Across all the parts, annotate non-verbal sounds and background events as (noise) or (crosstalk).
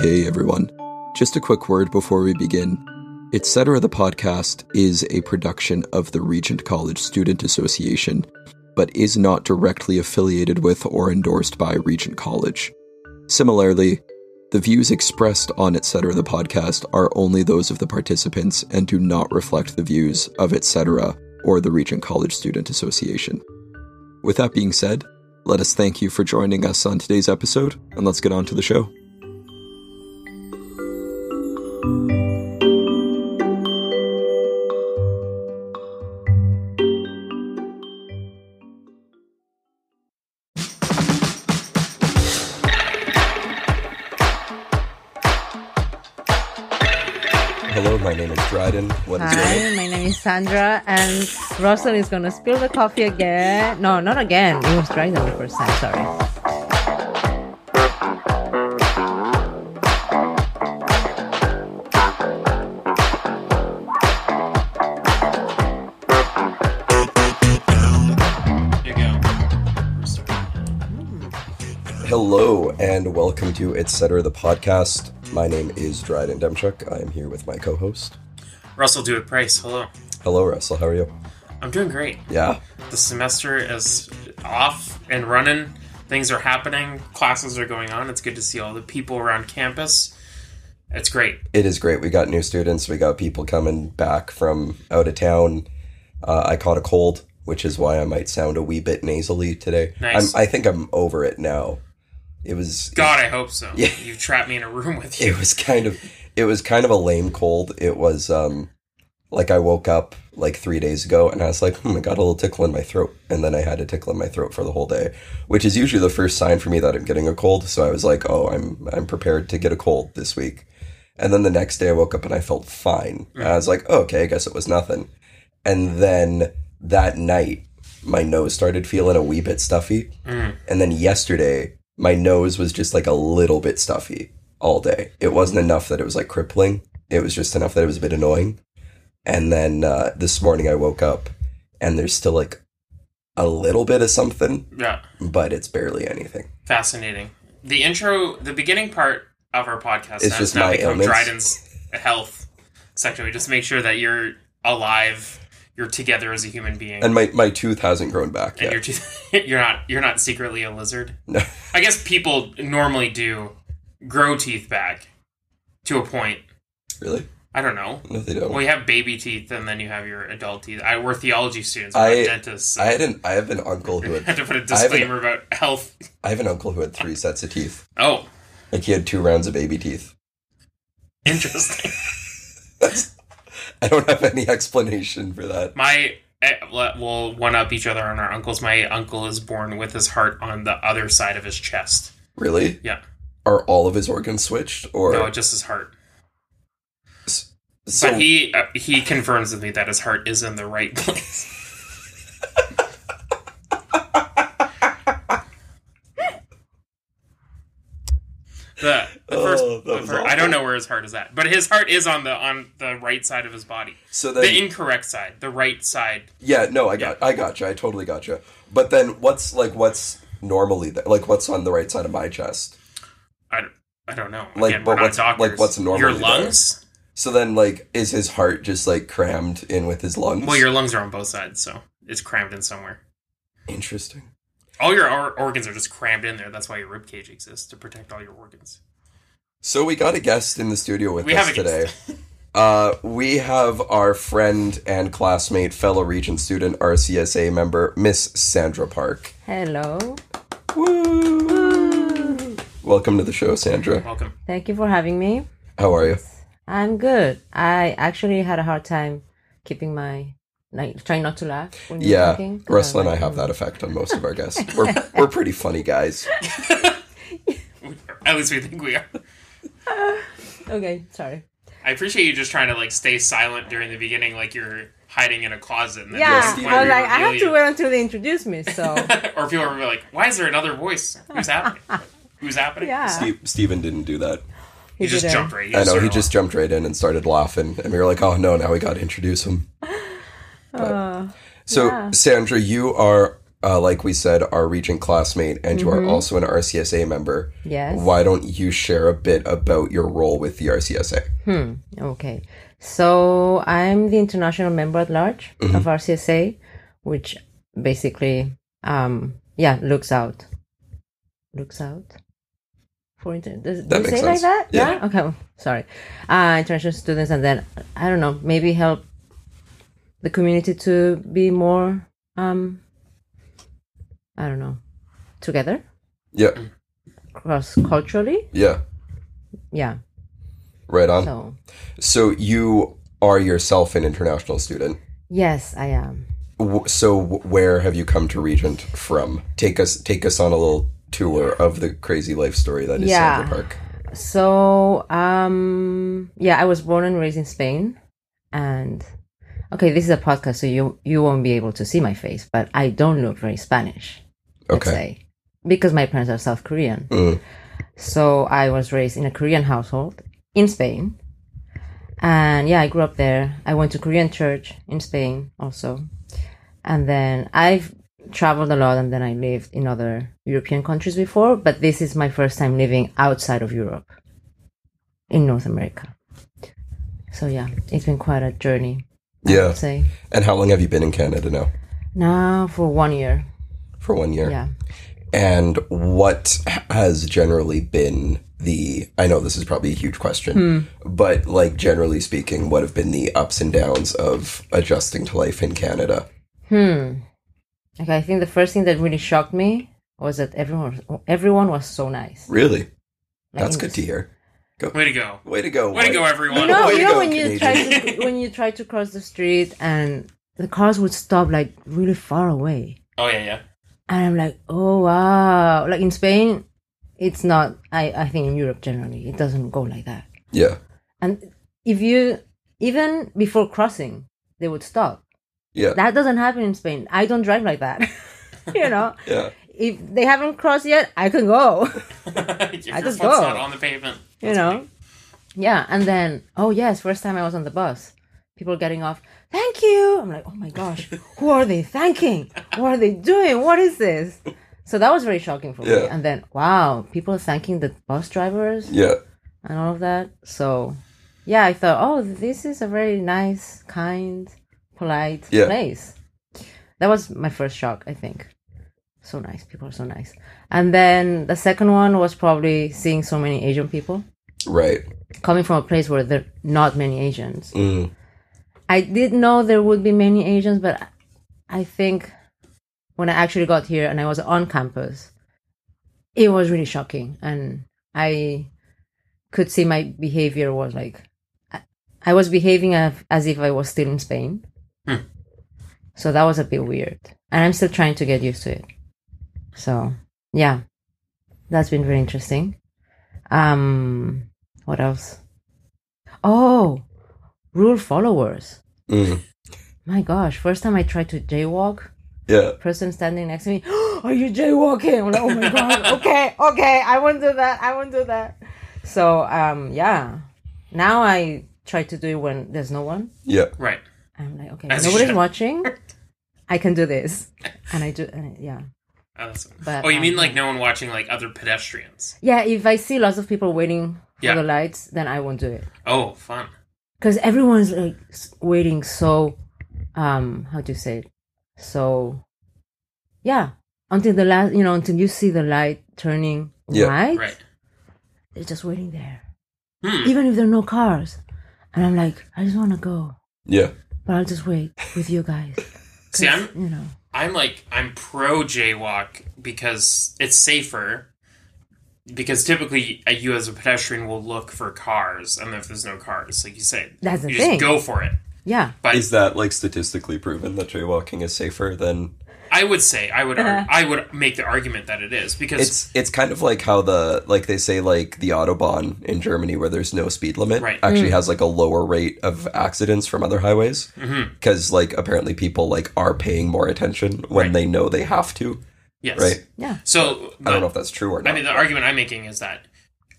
Hey everyone. Just a quick word before we begin. Etc. the podcast is a production of the Regent College Student Association, but is not directly affiliated with or endorsed by Regent College. Similarly, the views expressed on Etc. the podcast are only those of the participants and do not reflect the views of Etc. or the Regent College Student Association. With that being said, let us thank you for joining us on today's episode, and let's get on to the show. Hello, my name is Dryden. What is your Hi, name? my name is Sandra, and Russell is gonna spill the coffee again. No, not again. It was dry the first time. Sorry. There you go. Hello and welcome to Etc. the podcast. My name is Dryden Demchuk. I am here with my co-host. Russell Dewitt Price, hello. Hello, Russell. How are you? I'm doing great. Yeah, The semester is off and running. Things are happening. Classes are going on. It's good to see all the people around campus. It's great. it is great. We got new students. We got people coming back from out of town. Uh, I caught a cold, which is why I might sound a wee bit nasally today. Nice. I'm, I think I'm over it now. It was God, I hope so. Yeah. You trapped me in a room with you. (laughs) it was kind of it was kind of a lame cold. It was um like I woke up like three days ago and I was like, hmm, I got a little tickle in my throat, and then I had a tickle in my throat for the whole day, which is usually the first sign for me that I'm getting a cold. So I was like, oh, I'm I'm prepared to get a cold this week. And then the next day I woke up and I felt fine. And I was like, oh, okay, I guess it was nothing. And then that night, my nose started feeling a wee bit stuffy. And then yesterday, my nose was just like a little bit stuffy all day. It wasn't enough that it was like crippling. It was just enough that it was a bit annoying. And then uh, this morning I woke up and there's still like a little bit of something, Yeah. but it's barely anything. Fascinating. The intro, the beginning part of our podcast It's has just now my become ailments. Dryden's health section. We just make sure that you're alive, you're together as a human being. And my, my tooth hasn't grown back and yet. you're just, (laughs) you're not you're not secretly a lizard. (laughs) No. I guess people normally do grow teeth back to a point. really? I don't know. No, they don't. Well, you have baby teeth, and then you have your adult teeth. I we're theology students, we're I- not dentists. So I (laughs) I, had an I have an uncle who had (laughs) had to put a I haven't- disclaimer about health. I have an uncle who had three sets of teeth. Oh, (laughs) Like he had two rounds of baby teeth. interesting. I don't have any (laughs) explanation for that. My eh, le- we'll one up each other on our uncles. My uncle is born with his heart on the other side of his chest. Really? Yeah, Are all of his organs switched or no, just his heart. so but he uh, he confirms with me that his heart is in the right place. (laughs) the, the Oh, first, that the was fir- I awful. don't know where his heart is at, but his heart is on the on the right side of his body, so then the incorrect side, the right side. Yeah, no, I got, I gotcha, I totally gotcha. But then, what's like, what's normally there? Like, what's on the right side of my chest? I don't, I don't know. Like, Again, but we're not what's- like, doctors. what's Your normally there? lungs? So then, like, is his heart just like crammed in with his lungs? Well, your lungs are on both sides, so it's crammed in somewhere. interesting. All your or- organs are just crammed in there. That's why your rib cage exists to protect all your organs. So we got a guest in the studio with We us have a today. (laughs) Uh, we have our friend and classmate, fellow Regent student, RCSA member, Miss Sandra Park. Hello. Woo! Welcome to the show, Sandra. Welcome. Thank you for having me. How are you? I'm good. I actually had a hard time keeping my like trying not to laugh when you're Yeah, talking. 'cause Russell I'm and I like, have that effect on most of our guests. We're, we're pretty funny guys. At least we think we are. Okay, sorry. I appreciate you just trying to like stay silent during the beginning, like you're hiding in a closet. And then Yeah, just, I was you like, I have to reveal wait until they introduce me. (laughs) So you. or people are like, "Why is there another voice? Who's (laughs) happening? Who's happening?" yeah, Steve, Steven didn't do that. He just didn't. jumped right. I know, he started just jumped right in and started laughing. And we were like, (laughs) oh Uh, no, now we got to introduce him. But- so, Sandra, you are uh, like we said, are Regent classmate, and you are also an RCSA member. Mm-hmm. Yes. Why don't you share a bit about your role with the RCSA? Hmm. Okay. So I'm the international member at large Mm-hmm. of RCSA, which basically, um, yeah, looks out, looks out for inter- does, do you That makes say like sense. that? Yeah. Okay. Sorry. Uh, international students, and then I don't know, maybe help the community to be more, um, I don't know, together Yeah, cross culturally. yeah, Yeah. right on. So, So you are yourself an international student. yes, I am. W- so w- where have you come to Regent from? Take us take us on a little tour of the crazy life story that is Yeah. Central Park. So, um, yeah, I was born and raised in Spain, and okay, this is a podcast, so you you won't be able to see my face, but I don't look very Spanish. Let's Okay. say because my parents are South Korean, Mm. so I was raised in a Korean household in Spain, and yeah, I grew up there. I went to Korean church in Spain also, and then I've traveled a lot, and then I lived in other European countries before, but this is my first time living outside of Europe in North America. So yeah, it's been quite a journey. I Yeah. would say And how long have you been in Canada now? now for one year. For one year. Yeah. and what has generally been the i know this is probably a huge question Hmm. but like generally speaking what have been the ups and downs of adjusting to life in canada Hmm. Okay, I think the first thing that really shocked me was that everyone everyone was so nice. really Like, that's in good this- to hear Way to go. way to go Way to White. go, everyone. No, Way you to know go, when you try to when you try to cross the street and the cars would stop like really far away, Oh, yeah, yeah. (laughs) and I'm like, oh wow! Like in Spain, it's not. I I think in Europe generally it doesn't go like that. yeah And if you even before crossing, they would stop. yeah That doesn't happen in Spain. I don't drive like that. (laughs) you know, yeah if they haven't crossed yet, I can go. (laughs) if your just foot's go. not on the pavement. you know yeah and then oh yes first time i was on the bus people getting off thank you i'm like oh my gosh who are they thanking what are they doing what is this so that was very shocking for me Yeah. and then wow people are thanking the bus drivers yeah and all of that so yeah i thought oh this is a very nice kind polite Yeah. place that was my first shock i think so nice people are so nice and then the second one was probably seeing so many asian people right coming from a place where there are not many Asians. mm. I did know there would be many Asians, but I think when I actually got here and I was on campus, it was really shocking. And I could see my behavior was like, I- I was behaving as, as if I was still in Spain. Hmm. So that was a bit weird. And I'm still trying to get used to it. So, yeah, that's been very interesting. Um, what else? Oh, rule followers. Mm. My gosh, first time I tried to jaywalk, yeah person standing next to me, (gasps) are you jaywalking? I'm like, oh (laughs) my god, okay, okay, I won't do that, I won't do that. So um yeah. Now I try to do it when there's no one. yeah (laughs) Right. I'm like, okay, As you nobody's should. watching. I can do (laughs) this. And I do and I- yeah. Oh, that's- But, oh, you um, mean like no one watching like other pedestrians? Yeah, if I see lots of people waiting for Yeah. the lights, then I won't do it. Oh, fun. because everyone's like s- waiting so um how do you say it so yeah until the last you know until you see the light turning Yeah, right Right. they're just waiting there Hmm. even if there are no cars and i'm like i just want to go yeah but i'll just wait with you guys 'Cause, (laughs) See, I'm you know I'm like I'm pro jaywalk because it's safer. Because typically, uh, you as a pedestrian will look for cars, and if there's no cars, like you say, That's the you thing. just go for it. yeah But is that like statistically proven that jaywalking is safer than I would say I would Uh-huh. arg- I would make the argument that it is because it's it's kind of like how the like they say like the autobahn in Germany where there's no speed limit Right. actually has like a lower rate of accidents from other highways Mm-hmm. because like apparently people like are paying more attention when Right. they know they have to. yes, Right. yeah So I don't the- know if that's true or I not. mean, the argument I'm making is that,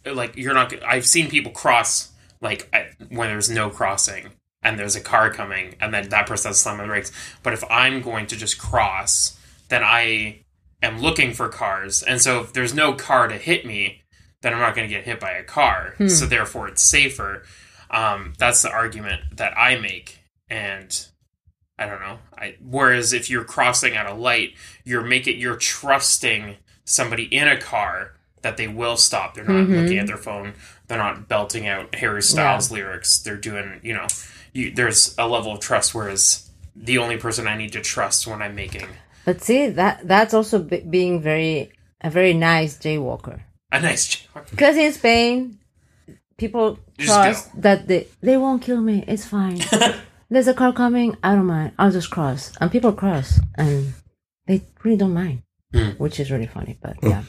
like, you're not. I've seen people cross like at, when there's no crossing and there's a car coming, and then that person has to slam on the brakes. But if I'm going to just cross, then I am looking for cars. And so if there's no car to hit me, then I'm not going to get hit by a car. So therefore, it's safer. Um, that's the argument that I make. And I don't know. I, whereas if you're crossing at a light, you're making you're trusting somebody in a car that they will stop. They're Mm-hmm. not looking at their phone. They're not belting out Harry Styles lyrics. They're doing you know. You, there's a level of trust. Whereas the only person I need to trust when I'm making But see, that that's also b- being very a very nice jaywalker. a nice (laughs) job. Because in Spain, people Just trust that they, they won't kill me. It's (laughs) fine. There's a car coming. I don't mind. I'll just cross. And people cross, and they really don't mind, Hmm. which is really funny. But Hmm. yeah,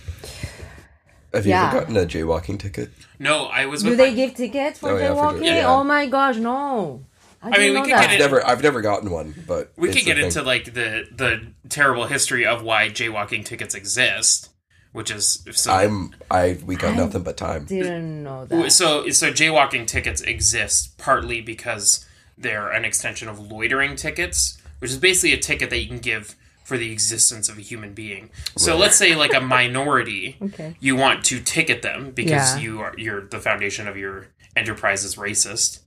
Have you Yeah. ever gotten a jaywalking ticket? No, I was. do With they my- give tickets for Oh, yeah, for jaywalking? sure. Yeah. Oh my gosh, no! I, didn't mean, we know could that. get it- Never, I've never gotten one, but we it's could a get thing. into like the the terrible history of why jaywalking tickets exist, which is so I'm I we got nothing but time. Didn't know Well, that. So, so jaywalking tickets exist partly because they're an extension of loitering tickets, which is basically a ticket that you can give for the existence of a human being. So, let's say like a minority, (laughs) Okay. you want to ticket them because Yeah. you are you're the foundation of your enterprise is racist,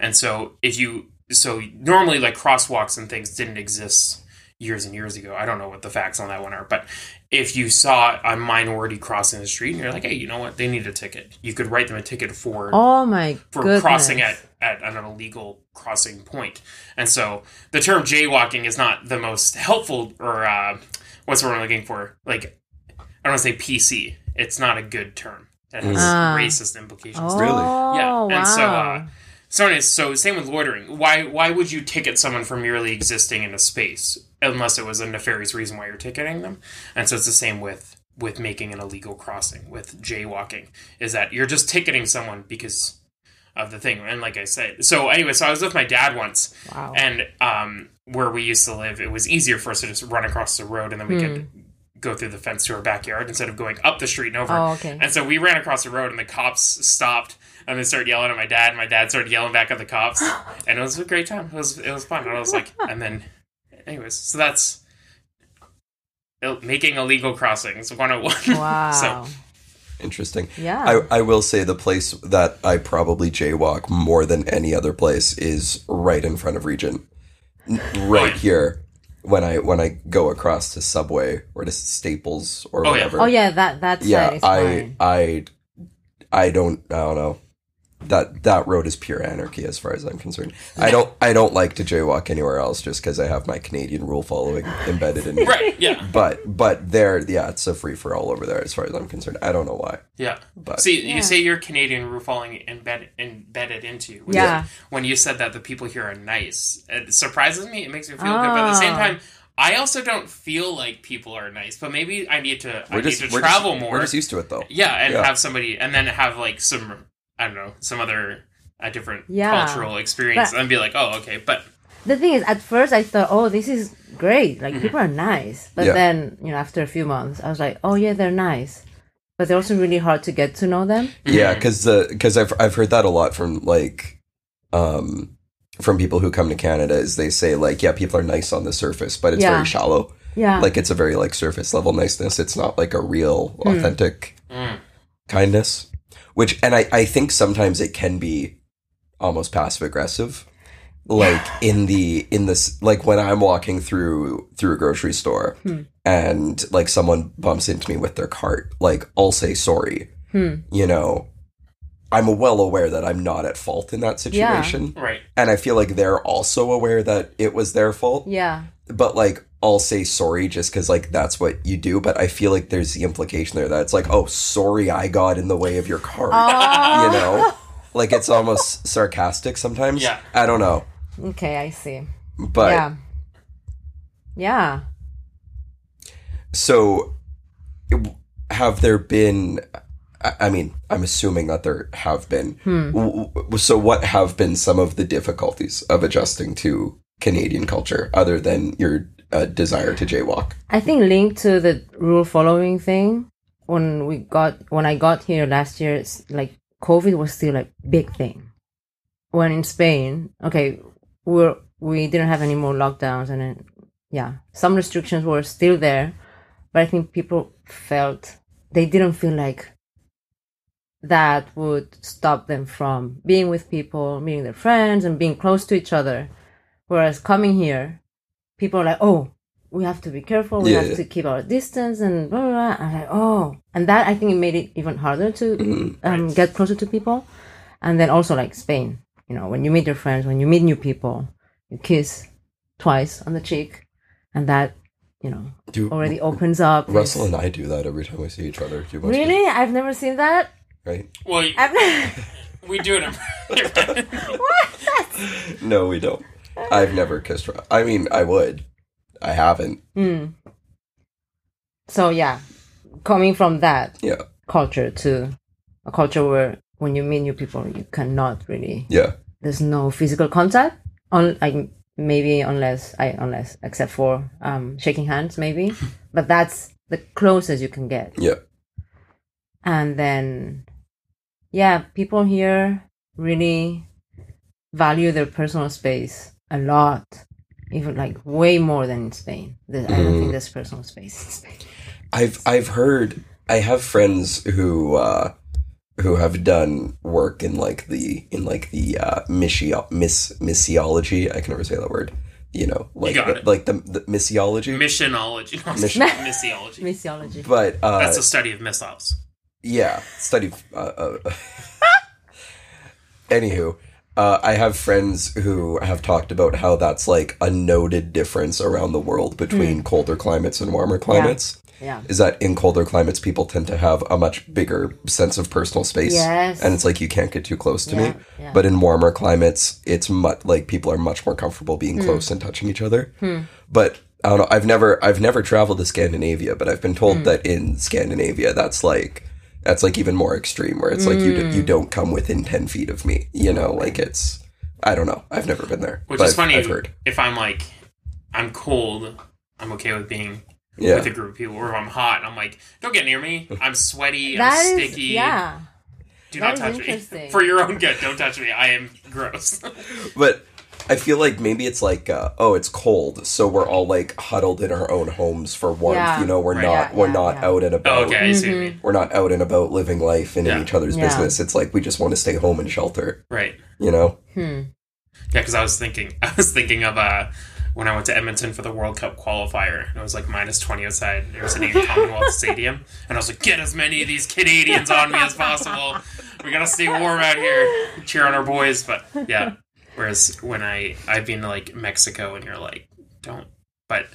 and so if you so normally like crosswalks and things didn't exist years and years ago. I don't know what the facts on that one are, but if you saw a minority crossing the street and you're like, hey, you know what? They need a ticket. You could write them a ticket for Oh my for goodness! crossing at, at an illegal crossing point. And so the term jaywalking is not the most helpful or uh, what's the word I'm looking for? Like I don't want to say PC. It's not a good term. It has Ah. racist implications. Oh, Really? wow. and so uh, so anyways, so same with loitering. Why why would you ticket someone for merely existing in a space unless it was a nefarious reason why you're ticketing them? And so it's the same with with making an illegal crossing with jaywalking is that you're just ticketing someone because of the thing. And like I said, so anyway, so I was with my dad once, Wow. and um, where we used to live, it was easier for us to just run across the road, and then we could Hmm. go through the fence to our backyard instead of going up the street and over. Oh, okay. And so we ran across the road, and the cops stopped, and they started yelling at my dad, and my dad started yelling back at (gasps) the cops, and it was a great time. It was it was fun. And I was like, and then, anyways, so that's. il- Making illegal crossings 101. wow. (laughs) so, Interesting. Yeah. I, I will say the place that I probably jaywalk more than any other place is right in front of Regent. N- Right here when I when I go across to Subway or to Staples or Oh, yeah. whatever. oh yeah, that that's Yeah, is I fine. I I don't I don't know. That that road is pure anarchy as far as I'm concerned. I don't I don't like to jaywalk anywhere else just because I have my Canadian rule following embedded in me. (laughs) (laughs) right, yeah, But but there yeah, it's a free for all over there as far as I'm concerned. I don't know why. yeah. But See, Yeah. you say you're Canadian rule falling embed, embedded into you. When Yeah. You, when you said that the people here are nice, it surprises me. It makes me feel good, but at the same Ah. time, I also don't feel like people are nice. But maybe I need to. I we're just need to we're travel just, more. We're just used to it though. yeah, and yeah. have somebody, and then have like some, I don't know, some other a different Yeah. cultural experience, But- and be like, oh, okay, but the thing is, at first I thought, oh, this is great. Like people are nice, but Mm-hmm. Yeah. then you know, after a few months, I was like, oh yeah, they're nice, but they're also really hard to get to know them. Yeah, Mm-hmm. because the because I've I've heard that a lot from like, um, from people who come to Canada is they say like yeah people are nice on the surface but it's Yeah. very shallow Yeah, like it's a very like surface level niceness it's not like a real Hmm. authentic Mm. kindness which and I I think sometimes it can be almost passive aggressive like in the in this like when I'm walking through through a grocery store Hmm. and like someone bumps into me with their cart like I'll say sorry hmm. you know, I'm well aware that I'm not at fault in that Yeah. situation. right, And I feel like they're also aware that it was their fault. (laughs) yeah, But like, I'll say sorry just because like that's what you do. But I feel like there's the implication there that it's like, oh, sorry, I got in the way of your car. oh, You know, like it's almost sarcastic sometimes. Yeah. I don't know, okay, I see. but yeah, yeah. so w- have there been i I mean i'm assuming that there have been W- w- so what have been some of the difficulties of adjusting to canadian culture other than your uh, desire to jaywalk I think linked to the rule following thing when we got when I got here last year, it's like COVID was still a big thing. When in Spain, okay, we we didn't have any more lockdowns and then yeah, some restrictions were still there, but I think people felt they didn't feel like that would stop them from being with people, meeting their friends, and being close to each other. Whereas coming here, people are like, oh, we have to be careful. We Yeah, have yeah. to keep our distance and blah, blah, blah. I'm like, oh. And that, I think it made it even harder to um, Right. get closer to people. And then also like Spain, you know, when you meet your friends, when you meet new people, you kiss twice on the cheek. And that, you know, Do already opens up. this- Russell and I do that every time we see each other. You must be- Really? I've never seen that. right? Well, you- I've we do it. In- what? No, we don't. I've never kissed. Ru- I mean, I would. I haven't. Mm. (laughs) So yeah, coming from that Yeah, culture to a culture where when you meet new people, you cannot really. yeah, There's no physical contact. On like maybe unless I unless except for um, shaking hands (laughs) maybe, but that's the closest you can get. yeah. And then, yeah, people here really value their personal space a lot. Even like way more than in Spain. The- I don't Mm. think there's personal space in Spain. I've I've heard. I have friends who uh, who have done work in like the in like the uh, missio- miss missiology. I can never say that word. You know, like got the- it. like the, the missiology. (laughs) Missionology. No, Mission- missiology. Missiology. but uh, That's the study of missiles. yeah study uh, uh, (laughs) anywho uh, i have friends who have talked about how that's like a noted difference around the world between colder climates and warmer climates Yeah. is that in colder climates people tend to have a much bigger sense of personal space Yes. and it's like you can't get too close to Yeah, me yeah. but in warmer climates it's much like people are much more comfortable being Hmm. close and touching each other but i don't know i've never i've never traveled to scandinavia but i've been told Hmm. that in scandinavia that's like that's like even more extreme where it's like you, do, Hmm. you don't come within 10 feet of me you know like it's i don't know i've never been there Which but is funny. i've heard If I'm like, I'm cold, I'm okay with being with a yeah group of people. Or if I'm hot, I'm like, don't get near (laughs) me. I'm sweaty. That I'm is sticky. yeah. Do that not is touch me. interesting. For your own good, don't touch me. I am gross. (laughs) but i feel like maybe it's like uh, oh it's cold so we're all like huddled in our own homes for warmth Yeah. you know we're Right. not Yeah, we're yeah, not yeah. out and oh, about okay, I see what you mean. we're not out and about living life and in Yeah. each other's Yeah. business. It's like we just want to stay home and shelter, Mm-hmm. Right. you know? Hmm. Yeah, because I was thinking, (laughs) I was thinking of uh, when I went to Edmonton for the World Cup qualifier, and it was like minus twenty outside. It was in the Commonwealth Stadium, and I was like, get as many of these Canadians on me as possible. We gotta stay warm out here, cheer on our boys. But yeah, whereas when I I've been to like Mexico, and you're like, don't. But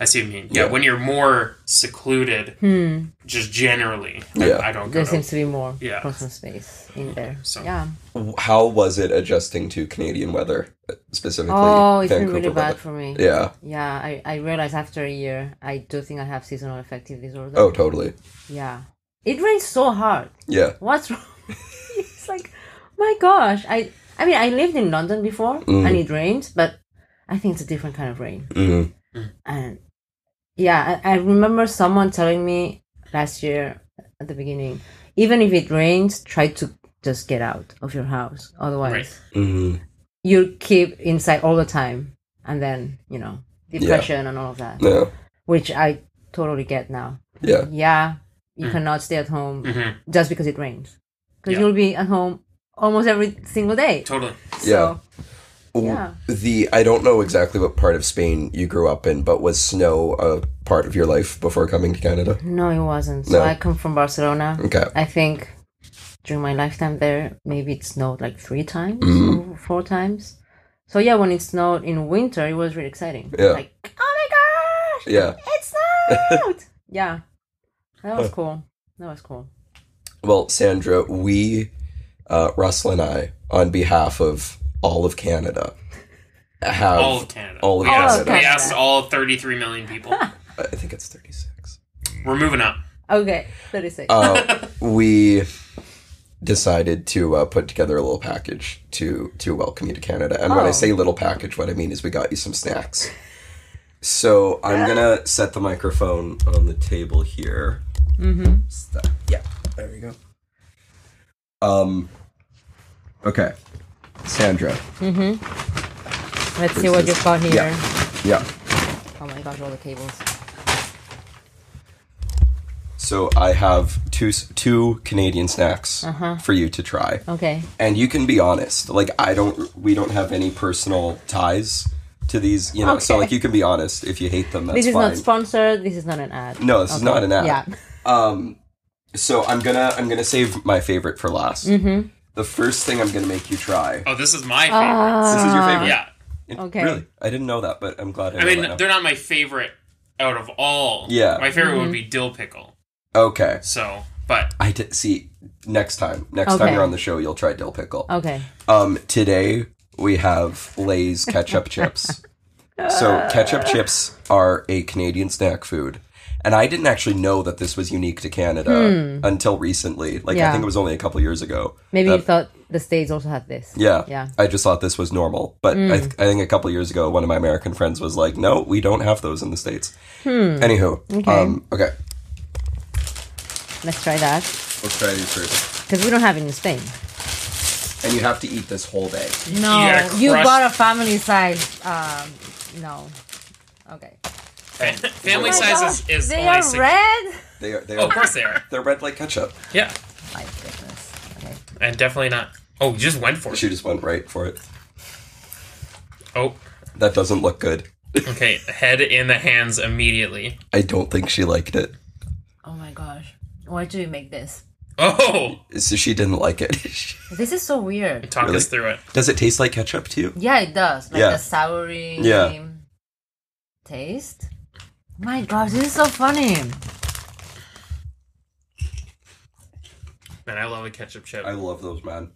I see what you mean. Yeah, Yeah. when you're more secluded, Hmm. just generally, Yeah. I, I don't go. There to- seems to be more Yeah. personal space in there. So- yeah. How was it adjusting to Canadian weather, uh, specifically? Oh, it's been really Vancouver bad weather? for me. Yeah. Yeah, I, I realized after a year, I do think I have seasonal affective disorder. Oh, totally. Yeah. It rains so hard. Yeah. What's (laughs) wrong? it's like, my gosh. I I mean, I lived in London before Mm. and it rains, but I think it's a different kind of rain. hmm And yeah, I, I remember someone telling me last year at the beginning, even if it rains, try to just get out of your house. Otherwise, Right. hmm you keep inside all the time. And then, you know, depression and all of that, No. which I totally get now. Yeah. Yeah, you Mm. cannot stay at home Mhm, just because it rains. Because Yeah. you'll be at home almost every single day. Totally. So, Mm. Yeah. The I don't know exactly what part of Spain you grew up in, but was snow a part of your life before coming to Canada? no, it wasn't. So No. I come from Barcelona. Okay. I think during my lifetime there, maybe it snowed like three times Mhm. or four times. So yeah, when it snowed in winter, it was really exciting. Yeah. Like, oh my gosh, Yeah. it snowed! (laughs) yeah. That was cool. That was cool. Well, Sandra, we, uh, Russell and I, on behalf of all of Canada, have All of Canada. all Oh, of we asked, Canada. We Canada. asked all 33 million people. I think it's 36. We're moving up. Okay, 36. Uh, we decided to uh, put together a little package to to welcome you to Canada. And when I Oh. say little package, what I mean is we got you some snacks. So I'm gonna set the microphone on the table here. mm-hmm. Stop. Yeah, there we go. Um. Okay, Sandra. Mm-hmm. Let's see what you've got here. Yeah. Oh my gosh, all the cables. So I have two s- two Canadian snacks Uh-huh. for you to try. Okay. and you can be honest like i don't we don't have any personal ties to these you know so Okay. like you can be honest if you hate them that's this is fine not sponsored. This is not an ad. no this is not an ad Yeah. um so i'm gonna i'm gonna save my favorite for last mm-hmm. the first thing i'm gonna make you try Oh, this is my Ah. favorite. this is your favorite yeah. It- okay. really i didn't know that but i'm glad i, I know mean, that now. they're not my favorite out of all. Yeah. My favorite Mm-hmm. would be dill pickle. okay So, but i did see next time next Okay. time you're on the show you'll try dill pickle Okay. Um, today we have Lay's ketchup chips. So Uh. ketchup chips are a Canadian snack food, and I didn't actually know that this was unique to Canada until recently. Like I Hmm. Yeah. think it was only a couple years ago. Maybe that- you thought the states also had this. yeah, Yeah. Hmm. I just thought this was normal, but I, th- I think a couple years ago, one of my American friends was like, "No, we don't have those in the states." Hmm. Anywho, okay. um, okay, Let's try that let's try these first, because we don't have it in Spain. and you have to eat this whole day. No, Yeah, you crust. got a family size. Um, no. Okay. fa- family Oh my size gosh, is, is they only are six. red. They are, they Oh, are, of course they (laughs) are. they're red like ketchup. Yeah. My goodness. Okay. And definitely not. Oh, you just went for it. She just went right for it. Oh, That doesn't look good. okay. Head in the hands immediately. I don't think she liked it. Oh my gosh. Why do you make this? Oh, So she didn't like it. (laughs) This is so weird. talk Really? us through it. Does it taste like ketchup to you? Yeah, it does. Like Yeah. the soury Yeah. taste. My gosh, this is so funny. Man, I love a ketchup chip. I love those, man.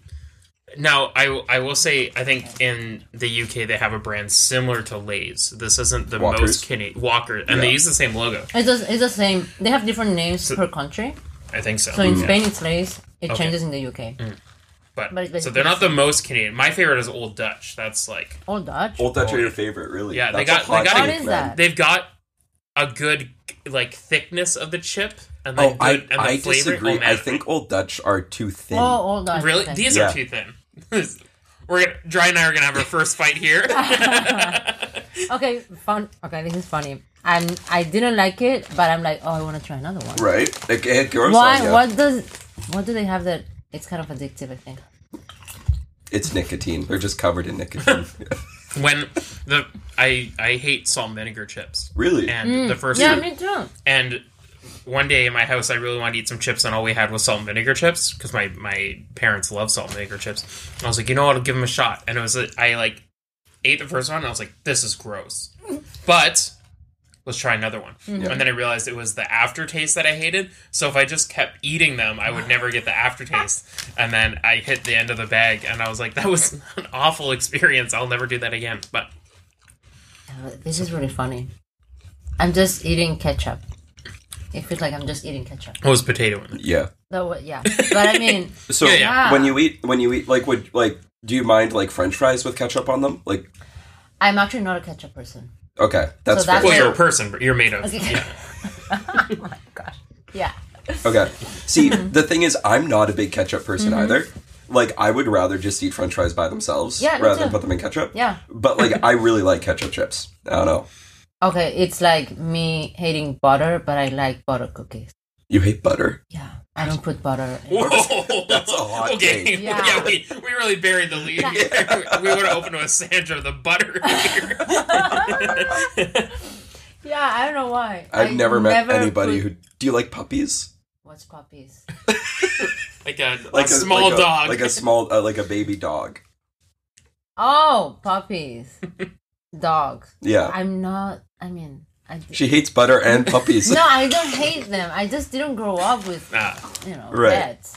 Now, I, I will say, I think in the UK they have a brand similar to Lay's. This isn't the Walkers? most Kenny Walker, and they Yeah. use the same logo. It's the, it's the same. They have different names per country. I think so. So in Oh, Yeah. Spain, it's Lays. It Okay. changes in the UK. but, but it's so they're not the most Canadian. My favorite is Old Dutch. That's like All Dutch. Old Dutch are your favorite, really. Yeah, they got- That's a hot they got- What take, is man. that? they've got a good like thickness of the chip, and then Oh, good, I, and the I flavor. disagree. Oh, man. I think Old Dutch are too thin. oh, all Dutch. really okay. these Yeah. are too thin. (laughs) We're gonna, Dry and I are gonna have our first (laughs) fight here. Okay, fun. Okay, this is funny. I'm. I didn't like it, but I'm like, oh, I want to try another one. Right? It, it grows Why? on ya. What does? What do they have that? It's kind of addictive, I think. It's nicotine. They're just covered in nicotine. (laughs) (laughs) when the I I hate salt and vinegar chips, really? and the first Mm. Yeah, two- me too. And one day in my house, I really wanted to eat some chips, and all we had was salt and vinegar chips because my my parents love salt and vinegar chips. And I was like, you know what? I'll give them a shot. And it was like- I like ate the first one, and I was like, this is gross, but let's try another one. And then I realized it was the aftertaste that I hated. So if I just kept eating them, I would never get the aftertaste. And then I hit the end of the bag, and I was like, that was (laughs) an awful experience. I'll never do that again. But Uh, This is really funny. I'm just eating ketchup. It feels like I'm just eating ketchup. it was potato in it. Yeah. That wa- yeah. But I mean, So Yeah, yeah. when you eat, when you eat, like, would like, do you mind like French fries with ketchup on them? Like, I'm actually not a ketchup person. okay, that's that's fair. Well, you're a person, but you're made (laughs) of. Yeah. Oh my gosh. Yeah. (laughs) Okay. See, the thing is, I'm not a big ketchup person Mm-hmm. either. Like, I would rather just eat French fries by themselves Yeah, me rather than too. put them in ketchup. Yeah. But like, I really like ketchup chips. I don't know. Okay, it's like me hating butter, but I like butter cookies. You hate butter. Yeah. I don't put butter. in- Whoa, That's a hot okay. take. Yeah. Yeah, we, we really buried the lead. (laughs) we would have opened with Sandra the butter. (laughs) here. Yeah, I don't know why. I've I never met anybody put- who. Do you like puppies? What's puppies? like a, a Like small like dog. like a (laughs) small, uh, like a baby dog. Oh, (laughs) puppies. Dogs. Yeah. I'm not. I mean, I. d- she hates butter and (laughs) puppies. no, I don't hate them. I just didn't grow up with Ah, you know Right. pets.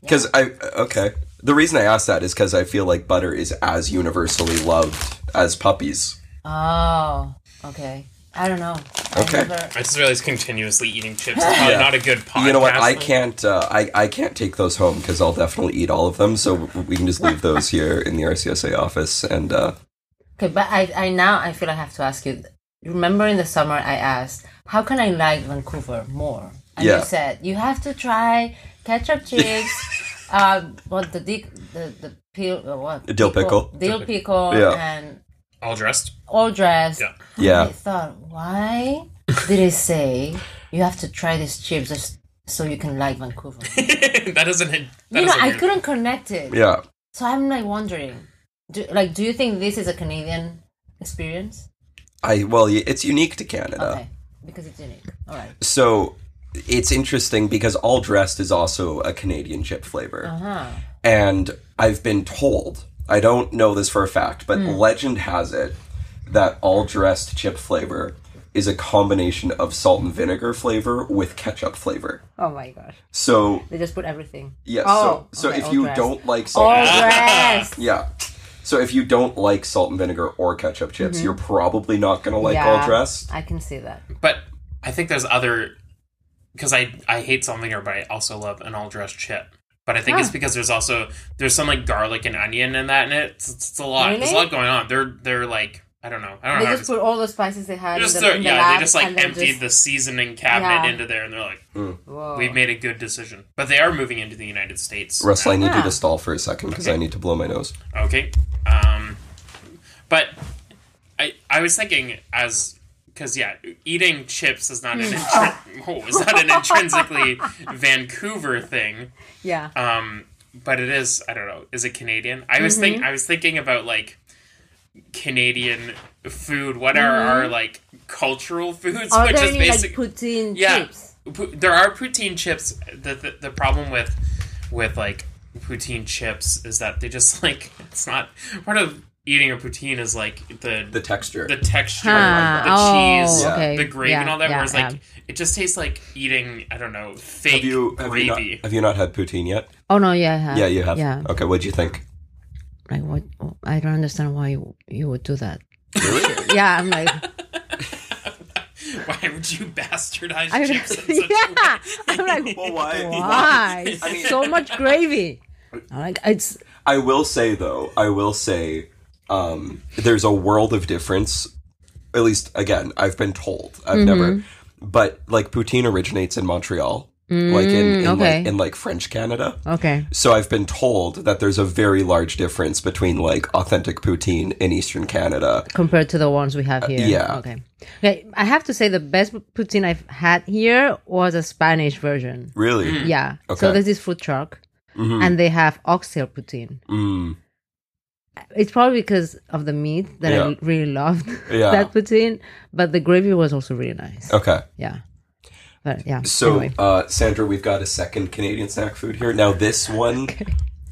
Because I okay. The reason I asked that is because I feel like butter is as universally loved as puppies. Oh, okay. I don't know. Okay. I never, I just realized continuously eating chips is probably Yeah. not a good podcast. You know what? I can't. Uh, I I can't take those home because I'll definitely eat all of them. So we can just leave those here in the RCSA office. And uh, okay, but I, I now I feel I have to ask you. Remember in the summer I asked, how can I like Vancouver more? And Yeah. you said you have to try ketchup chips. (laughs) um, uh, what the dick, the the peel, uh, what Dill pickle. dill pickle, Yeah. and all dressed. all dressed. Yeah. (laughs) Yeah. I thought, why did it say you have to try these chips just so you can like Vancouver? (laughs) that doesn't. That you know, doesn't I weird. couldn't connect it. Yeah. So I'm like wondering, do, like, do you think this is a Canadian experience? I well, y- it's unique to Canada. Okay, because it's unique. All right. So it's interesting because all dressed is also a Canadian chip flavor. Uh huh. And I've been told, I don't know this for a fact, but legend has it that all dressed chip flavor is a combination of salt and vinegar flavor with ketchup flavor. Oh my gosh, So, they just put everything. yeah, Oh, so, so okay, if all you dressed. Oh. don't like salt all dressed. Yeah. So if you don't like salt and vinegar or ketchup chips, you're probably not going to like Mm-hmm. Yeah. all dressed. I can see that. But I think there's other because I I hate salt and vinegar, but I also love an all dressed chip. But I think it's Huh. because there's also there's some like garlic and onion and that in it. It's, it's a lot. There's a Really? lot going on. They're they're like I don't know. I don't They know. How to just put all the spices they had just in the, throw, in the yeah, lab, they just like and then emptied just- the seasoning cabinet Yeah. into there, and they're like, Whoa. we've made a good decision. But they are moving into the United States. Russ, I need you Yeah. to stall for a second because I need to blow my nose. Okay. Um, but I I was thinking as because yeah, eating chips is not Hmm. an (laughs) intri- oh, is not an (laughs) intrinsically Vancouver thing. yeah. Um, but it is. I don't know. Is it Canadian? I was Mm-hmm. think I was thinking about like Canadian food. What are Mm-hmm. our like cultural foods? Are which there is any basic. like poutine yeah, chips? Pu- there are poutine chips. The, the the problem with with like poutine chips is that they just (laughs) like it's not part of eating a poutine is like the The the, texture. texture, Ah, the oh, cheese, Yeah. okay. the gravy, and Yeah, all that. yeah, whereas yeah. like it just tastes like eating I don't know fake have you have you, gravy. (laughs) not, have you not had poutine yet? Oh no, yeah, I have. yeah, you have. Yeah, Okay, what'd you think? like what? I don't understand why you, you would do that. Really? (laughs) Yeah, I'm (laughs) like, Why would you bastardize I, (laughs) chips in such yeah, a way? I'm like, well, (laughs) why? why? It's I mean- so much (laughs) gravy. I'm like, it's I will say though, I will say, um, there's a world of difference. At least, again, I've been told. Mm-hmm. I've never, but like poutine originates in Montreal, like in in, Mm, okay. like, in like French Canada. okay. So I've been told that there's a very large difference between like authentic poutine in Eastern Canada. compared to the ones we have here. Uh, yeah. Okay. Okay. I have to say the best poutine I've had here was a Spanish version. Really? Yeah. Okay. Mm-hmm. So there's this food truck, and they have oxtail poutine. Mm. It's probably because of the meat that Yeah. I really loved (laughs) Yeah. that poutine, but the gravy was also really nice. Okay. Yeah. But yeah. So, anyway. uh, Sandra, we've got a second Canadian snack food here. Now, (laughs) this one,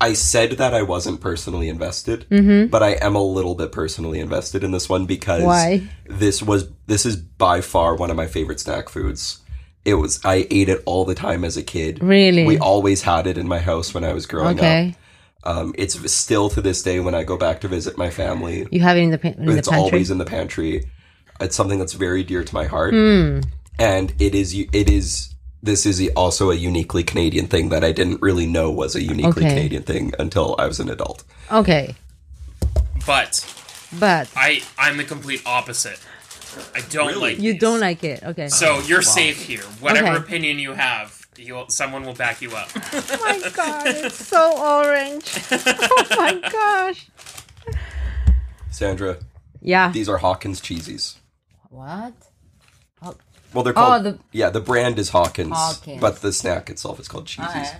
I said that I wasn't personally invested, Mm-hmm. but I am a little bit personally invested in this one because Why? this was this is by far one of my favorite snack foods. It was I ate it all the time as a kid. Really? we always had it in my house when I was growing okay. up. Um, it's still to this day when I go back to visit my family. You have it in the pa- in the it's pantry. always in the pantry. It's something that's very dear to my heart, Hmm. and it is. It is. This is also a uniquely Canadian thing that I didn't really know was a uniquely Okay. Canadian thing until I was an adult. okay. But But I I'm the complete opposite. I don't Really? like you these. don't like it. Okay. So you're safe here. Whatever Okay. opinion you have, you'll someone will back you up. (laughs) Oh my god, it's so orange. (laughs) Oh my gosh. Sandra, Yeah. these are Hawkins cheesies. What? Oh, Well, they're called. the- yeah, the brand is Hawkins, Hawkins. but the snack itself is called cheesies.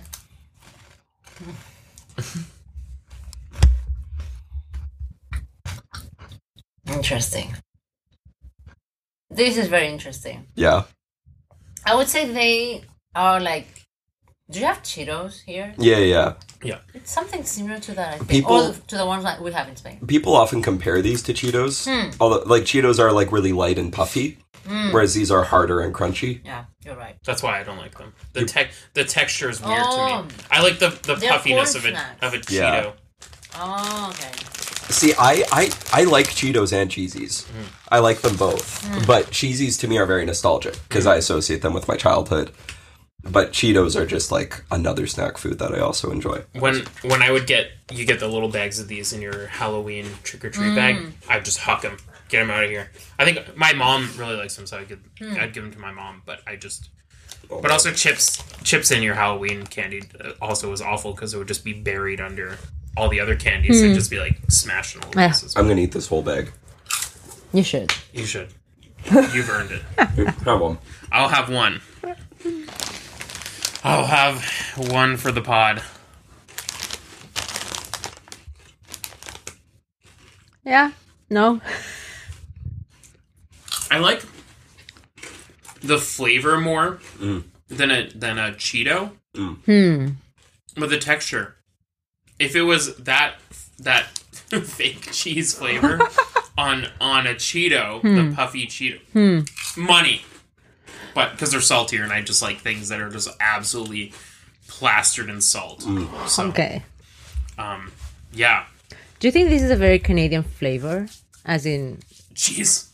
(laughs) Interesting. This is very interesting. Yeah, I would say they are like. Do you have Cheetos here? yeah, yeah. It's something similar to that, I think. People- or to the ones that we have in Spain. People often compare these to Cheetos, Hmm. although like Cheetos are like really light and puffy, whereas these are harder and crunchy. Yeah, you're right. That's why I don't like them. The tech the texture is weird Oh. to me. I like the, the They're puffiness of corn a snacks. of a Cheeto. Yeah. Oh, okay. See, I, I, I like Cheetos and Cheesies. I like them both. But Cheesies to me are very nostalgic because I associate them with my childhood. But Cheetos are just like another snack food that I also enjoy. When when I would get you get the little bags of these in your Halloween trick or Mm. treat bag, I'd just huck them, get them out of here. I think my mom really likes them, so I could Hmm. I'd give them to my mom, but I just. But also chips chips in your Halloween candy uh, also was awful because it would just be buried under all the other candies and just be like smashed in all over Hmm. Yeah. the places. (laughs) I'm going to eat this whole bag. You should. You should. You've earned it. Have one. I'll have one. I'll have one for the pod. Yeah. No. I like the flavor more than a than a Cheeto, Hmm. but the texture. If it was that that (laughs) fake cheese (laughs) flavor on on a Cheeto, Hmm. the puffy Cheeto, money. But because they're saltier, and I just like things that are just absolutely plastered in salt. So, Okay. um, yeah, Do you think this is a very Canadian flavor? As in, cheese.